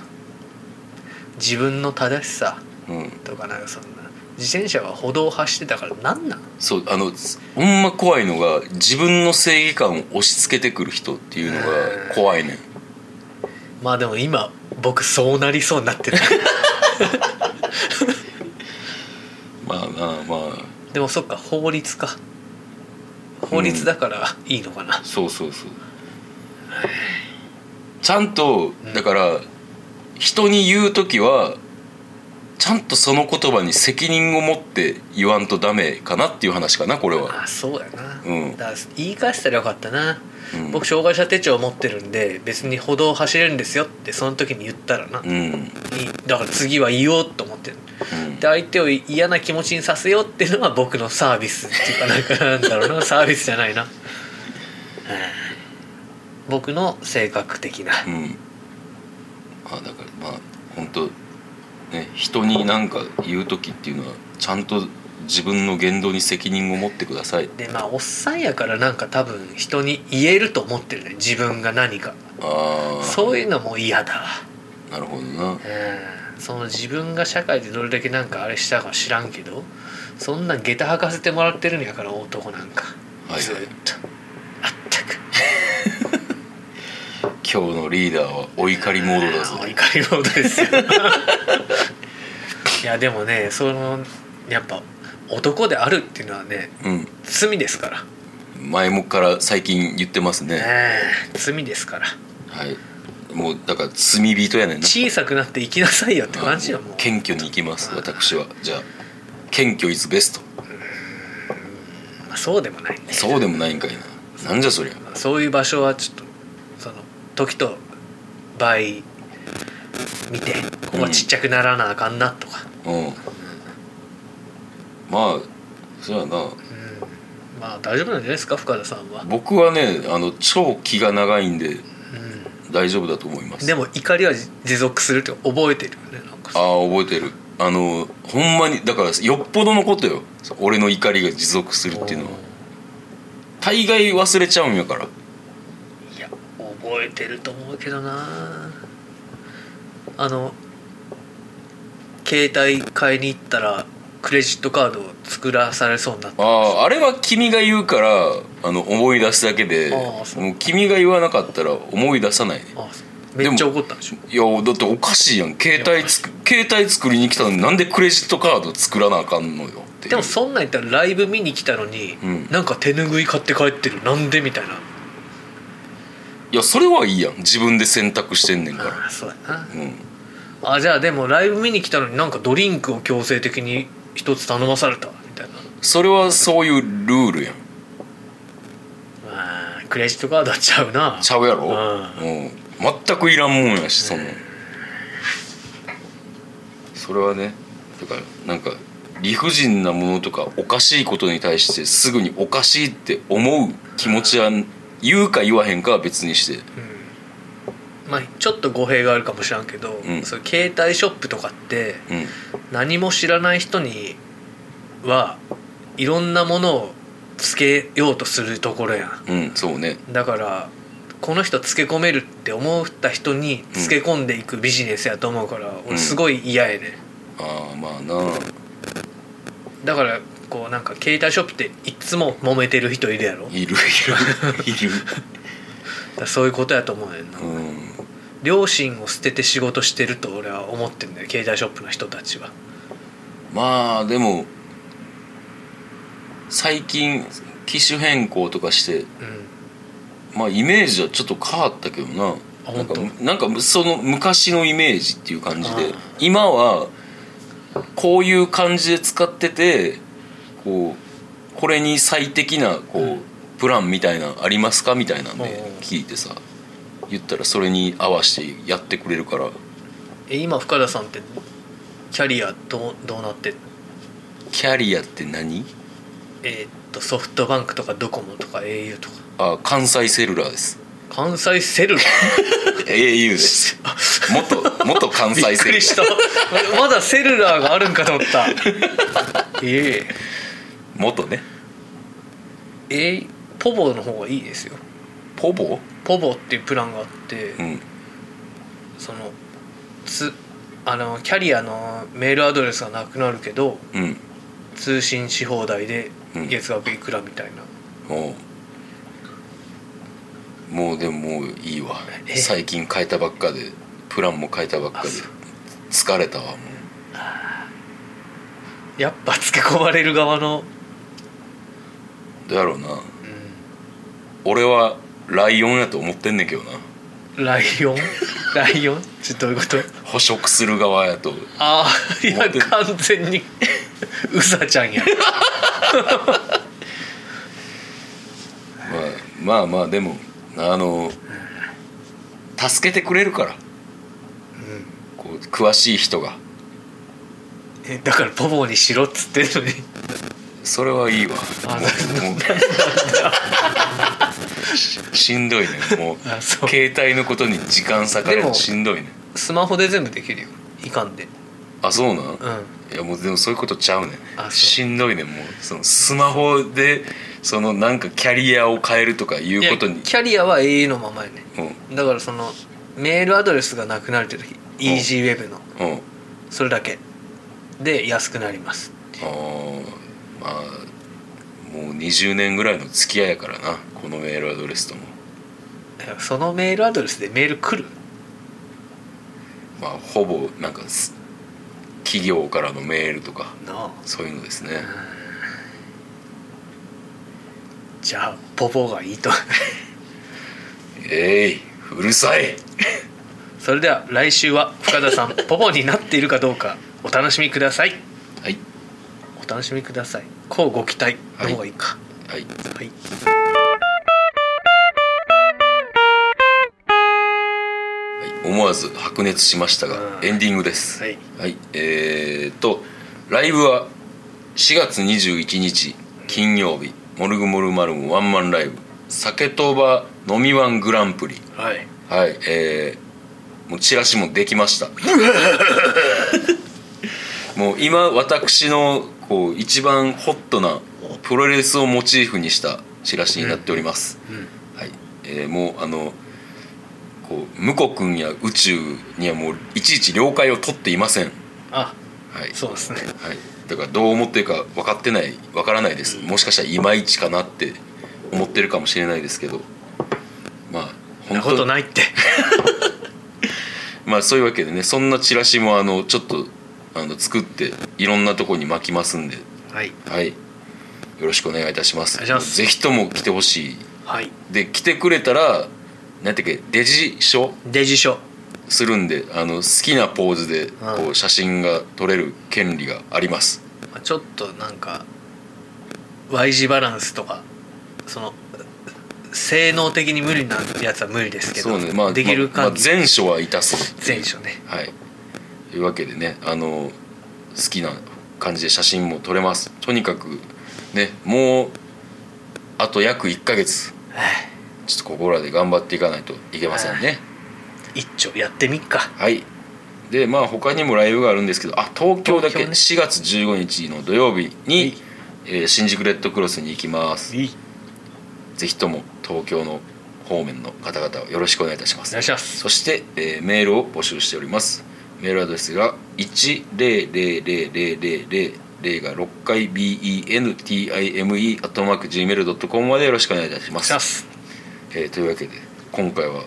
[SPEAKER 2] 自分の正しさ
[SPEAKER 3] うん、
[SPEAKER 2] とかなんかそんな自転車は歩道を走ってたからなんなん
[SPEAKER 3] そうあのほんま怖いのが自分の正義感を押し付けてくる人っていうのが怖いねん
[SPEAKER 2] まあでも今僕そうなりそうに
[SPEAKER 3] (laughs)
[SPEAKER 2] なってる
[SPEAKER 3] まあまあまあ
[SPEAKER 2] でもそっか法律か法律だからいいのかな、
[SPEAKER 3] そうそうそうちゃんとだから人に言う時はちゃんとその言葉に責任を持って言わんとダメかなっていう話かなこれは、
[SPEAKER 2] あそうやな、
[SPEAKER 3] うん
[SPEAKER 2] だから言い返したらよかったな、
[SPEAKER 3] うん
[SPEAKER 2] 僕障害者手帳持ってるんで別に歩道を走れるんですよってその時に言ったらな、
[SPEAKER 3] うんうん、
[SPEAKER 2] いいだから次は言おうと思ってるで相手を嫌な気持ちにさせようっていうのは僕のサービスっていうかなんかなんだろ
[SPEAKER 3] (laughs)
[SPEAKER 2] うなサービスじゃないなうん僕の性格的な
[SPEAKER 3] うん、まあだからまあ本当ね人に何か言う時っていうのはちゃんと自分の言動に責任を持ってください
[SPEAKER 2] でまあおっさんやからなんか多分人に言えると思ってるね自分が何か
[SPEAKER 3] ああ
[SPEAKER 2] そういうのも嫌だわ
[SPEAKER 3] なるほどな
[SPEAKER 2] うんその自分が社会でどれだけなんかあれしたか知らんけどそんな下駄履かせてもらってるんやから男なんか、
[SPEAKER 3] はいはい
[SPEAKER 2] ずっとあったく
[SPEAKER 3] 今日のリーダーはお怒りモードだぞ
[SPEAKER 2] お怒りモードですよ (laughs) いやでもねそのやっぱ男であるっていうのはね
[SPEAKER 3] うん
[SPEAKER 2] 罪ですから、ね
[SPEAKER 3] 前もから最近言ってますね
[SPEAKER 2] え、罪ですから
[SPEAKER 3] はいもうだから罪人やねんな
[SPEAKER 2] 小さくなって生きなさいよって感じよ
[SPEAKER 3] あ
[SPEAKER 2] もう
[SPEAKER 3] 謙虚に行きます私はじゃあ謙虚イズベスト
[SPEAKER 2] まあそうでもないね
[SPEAKER 3] そうでもないんかいななんじゃそりゃ
[SPEAKER 2] まあそういう場所はちょっとその時と場合見てここはちっちゃくならなあかんなとか、
[SPEAKER 3] うんまあそやな
[SPEAKER 2] うんまあ大丈夫なんじゃないですか深田さんは、
[SPEAKER 3] 僕はねあの超気が長いんで
[SPEAKER 2] う
[SPEAKER 3] 大丈夫だと思いま
[SPEAKER 2] ん、
[SPEAKER 3] す
[SPEAKER 2] でも怒りは持続するって覚えてるよねなんか
[SPEAKER 3] ああ覚えてるあのほんまにだからよっぽどのことよ俺の怒りが持続するっていうのは大概忘れちゃうんやから
[SPEAKER 2] いや覚えてると思うけどなあの携帯買いに行ったらクレジットカードを作らされそうになった
[SPEAKER 3] あああれは君が言うからあの思い出すだけで
[SPEAKER 2] ああそう
[SPEAKER 3] もう君が言わなかったら思い出さないね
[SPEAKER 2] あめっちゃ怒ったんでしょ
[SPEAKER 3] いやだっておかしいやん携帯つく携帯作りに来たのになんでクレジットカード作らなあかんのよっていう
[SPEAKER 2] でもそんなん言ったらライブ見に来たのに、
[SPEAKER 3] うん
[SPEAKER 2] なんか手拭い買って帰ってるなんでみたいない
[SPEAKER 3] やそれはいいやん自分で選択してんねんから
[SPEAKER 2] あそうやな
[SPEAKER 3] うん
[SPEAKER 2] あじゃあでもライブ見に来たのになんかドリンクを強制的に一つ頼まされたみたいな
[SPEAKER 3] それはそういうルールやん
[SPEAKER 2] あークレジットカードはちゃうな
[SPEAKER 3] ちゃうやろ、
[SPEAKER 2] う
[SPEAKER 3] うん、全くいらんもんやしそのそれはねだからなんか理不尽なものとかおかしいことに対してすぐにおかしいって思う気持ちは言うか言わへんかは別にして
[SPEAKER 2] まあ、ちょっと語弊があるかもしらんけど、
[SPEAKER 3] うん
[SPEAKER 2] そういう携帯ショップとかって
[SPEAKER 3] うん
[SPEAKER 2] 何も知らない人にはいろんなものをつけようとするところや
[SPEAKER 3] うんそうね
[SPEAKER 2] んだからこの人つけ込めるって思った人につけ込んでいくビジネスやと思うから、俺すごい嫌やね、
[SPEAKER 3] ああまあな
[SPEAKER 2] だからこうなんか携帯ショップっていっつも揉めてる人いるやろだか
[SPEAKER 3] いるいるいる
[SPEAKER 2] らそういうことやと思うねんな、
[SPEAKER 3] うん
[SPEAKER 2] 両親を捨てて仕事してると俺は思ってんだよ携帯ショップの人たちは
[SPEAKER 3] まあでも最近機種変更とかして
[SPEAKER 2] うん
[SPEAKER 3] まあイメージはちょっと変わったけどな
[SPEAKER 2] あ
[SPEAKER 3] なんか
[SPEAKER 2] 本
[SPEAKER 3] なんかその昔のイメージっていう感じ
[SPEAKER 2] あ
[SPEAKER 3] で
[SPEAKER 2] ー
[SPEAKER 3] 今はこういう感じで使っててこうこれに最適なこう、
[SPEAKER 2] うん
[SPEAKER 3] プランみたいなのありますかみたいなんで
[SPEAKER 2] おう
[SPEAKER 3] 聞いてさ言ったらそれに合わせてやってくれるから
[SPEAKER 2] え今深田さんってキャリアどうどうなって
[SPEAKER 3] キャリアって何
[SPEAKER 2] えーっとソフトバンクとかドコモとか au とか
[SPEAKER 3] あ関西セルラーです
[SPEAKER 2] 関西セルラ
[SPEAKER 3] au
[SPEAKER 2] (laughs)
[SPEAKER 3] です元元関
[SPEAKER 2] びっ
[SPEAKER 3] 西セ
[SPEAKER 2] く
[SPEAKER 3] ルラ
[SPEAKER 2] り
[SPEAKER 3] ー
[SPEAKER 2] した (laughs) まだセルラーがあるんかと思った (laughs) え
[SPEAKER 3] 元ね
[SPEAKER 2] ええーポボの方がいいですよ
[SPEAKER 3] ポボ
[SPEAKER 2] ポボっていうプランがあって、
[SPEAKER 3] うん
[SPEAKER 2] そのつあのキャリアのメールアドレスがなくなるけど
[SPEAKER 3] うん
[SPEAKER 2] 通信し放題で
[SPEAKER 3] うん
[SPEAKER 2] 月額いくらみたいな、
[SPEAKER 3] もうもうでももういいわ
[SPEAKER 2] え
[SPEAKER 3] 最近変えたばっかでプランも変えたばっかで
[SPEAKER 2] あそう
[SPEAKER 3] 疲れたわもう
[SPEAKER 2] やっぱ付け込まれる側の、
[SPEAKER 3] どうやろうな俺はライオンやと思ってんねんけどな
[SPEAKER 2] ライ (laughs) オンライオンちょっとどういうこと
[SPEAKER 3] 捕食する側やと
[SPEAKER 2] ああい
[SPEAKER 3] 思
[SPEAKER 2] や
[SPEAKER 3] ってる
[SPEAKER 2] 完全に (laughs) ウサちゃんや
[SPEAKER 3] まあまあまあでもあの助けてくれるからこう詳しい人が
[SPEAKER 2] えだからポポにしろっつってんのに
[SPEAKER 3] それはいいわ
[SPEAKER 2] あ
[SPEAKER 3] もうもうしんどいねもう
[SPEAKER 2] あそう
[SPEAKER 3] 携帯のことに時間割かれる
[SPEAKER 2] で
[SPEAKER 3] の
[SPEAKER 2] も
[SPEAKER 3] しんどいね
[SPEAKER 2] スマホで全部できるよいかんで
[SPEAKER 3] あそうなん
[SPEAKER 2] うん
[SPEAKER 3] いやもうでもそういうことちゃうね
[SPEAKER 2] あそうん
[SPEAKER 3] しんどいねんもうそのスマホでそのなんかキャリアを変えるとかいうこと
[SPEAKER 2] い
[SPEAKER 3] に
[SPEAKER 2] やキャリアは au のままやね
[SPEAKER 3] うん
[SPEAKER 2] だからそのメールアドレスがなくなるって時 EasyWeb の
[SPEAKER 3] うん
[SPEAKER 2] それだけで安くなります
[SPEAKER 3] あーまあもう20年ぐらいの付き合いやからなこのメールアドレスとも
[SPEAKER 2] いやそのメールアドレスでメール来る
[SPEAKER 3] まあほぼなんかす企業からのメールとか
[SPEAKER 2] なあ
[SPEAKER 3] そういうのですね
[SPEAKER 2] じゃあポポがいいと (laughs)
[SPEAKER 3] えい、うるさい
[SPEAKER 2] それでは来週は深田 (laughs) さんポポになっているかどうかお楽しみください
[SPEAKER 3] はい
[SPEAKER 2] お楽しみくださいこうご期待の方がいいか
[SPEAKER 3] はい
[SPEAKER 2] はい、
[SPEAKER 3] はい思わず白熱しましたが
[SPEAKER 2] うん
[SPEAKER 3] エンディングです
[SPEAKER 2] はい
[SPEAKER 3] はい、えー、っとライブは4月21日金曜日「モルグモルマルムワンマンライブ酒とば飲みワングランプリ
[SPEAKER 2] はい、」
[SPEAKER 3] はいえー、もうチラシもできま
[SPEAKER 2] (laughs)
[SPEAKER 3] したもう今私のこう一番ホットなプロレスをモチーフにしたチラシになっております、はいえーもうあのこう向こう君や宇宙にはもういちいち了解を取っていません
[SPEAKER 2] あ
[SPEAKER 3] はい、
[SPEAKER 2] そうですね
[SPEAKER 3] はい、だからどう思ってるか分かってない分からないですもしかしたらいまいちかなって思ってるかもしれないですけどまあ
[SPEAKER 2] そんなこと
[SPEAKER 3] に
[SPEAKER 2] ないって
[SPEAKER 3] まあそういうわけでねそんなチラシもあのちょっとあの作っていろんなとこに巻きますんで
[SPEAKER 2] (laughs) はい
[SPEAKER 3] はいよろしくお願いいたします
[SPEAKER 2] お願いします
[SPEAKER 3] ぜひとも来てほしい
[SPEAKER 2] はい
[SPEAKER 3] で来てくれたらなんていうかデジ書
[SPEAKER 2] デジ書
[SPEAKER 3] するんであの好きなポーズでこう写真が撮れる権利があります
[SPEAKER 2] まあちょっとなんか Y 字バランスとかその性能的に無理なやつは無理ですけど、
[SPEAKER 3] そうねまあ
[SPEAKER 2] できる
[SPEAKER 3] まあま
[SPEAKER 2] 限
[SPEAKER 3] あ
[SPEAKER 2] り
[SPEAKER 3] 前書は痛す
[SPEAKER 2] 全書ね
[SPEAKER 3] はいというわけでねあの好きな感じで写真も撮れますとにかくねもうあと約1ヶ月ちょっとここらで頑張っていかないといけませんね
[SPEAKER 2] 一丁やってみっか
[SPEAKER 3] はいでまあ他にもライブがあるんですけどあ東京だけ
[SPEAKER 2] 東
[SPEAKER 3] 4月15日の土曜日
[SPEAKER 2] は
[SPEAKER 3] に
[SPEAKER 2] い、
[SPEAKER 3] えー新宿レッドクロスに行きます
[SPEAKER 2] いい
[SPEAKER 3] ぜひとも東京の方面の方々をよろしくお願いいたしま
[SPEAKER 2] お
[SPEAKER 3] す
[SPEAKER 2] 願いします
[SPEAKER 3] そして、えーメールを募集しておりますメールアドレスが1000000が6回 bentime.gmail.com までよろしくお願いいたしま
[SPEAKER 2] お願い
[SPEAKER 3] す
[SPEAKER 2] します
[SPEAKER 3] えーというわけで今回は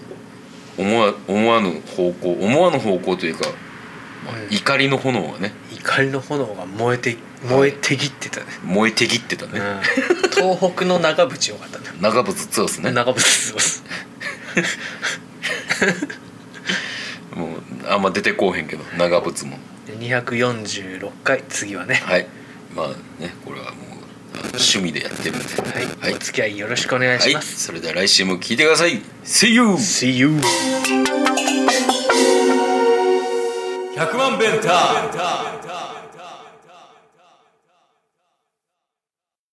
[SPEAKER 3] 思わ思わぬ方向思わぬ方向というか、まあ
[SPEAKER 2] うん
[SPEAKER 3] 怒りの炎がね
[SPEAKER 2] 怒りの炎が燃えて燃えてぎってたね、
[SPEAKER 3] 燃えてぎってたね、
[SPEAKER 2] うん、東北の長渕よかったね
[SPEAKER 3] 長渕強ですね
[SPEAKER 2] 長渕です
[SPEAKER 3] もうあんま出てこうへんけど長渕も
[SPEAKER 2] 246回次はね
[SPEAKER 3] はいまあねこれはもうあの趣味でやってるんでは
[SPEAKER 2] はい、
[SPEAKER 3] はい
[SPEAKER 2] お付き合いよろしくお願いし
[SPEAKER 3] はい、
[SPEAKER 2] ます、
[SPEAKER 3] それでは来週も聞いてください See you!
[SPEAKER 2] See you
[SPEAKER 1] 100万ベンター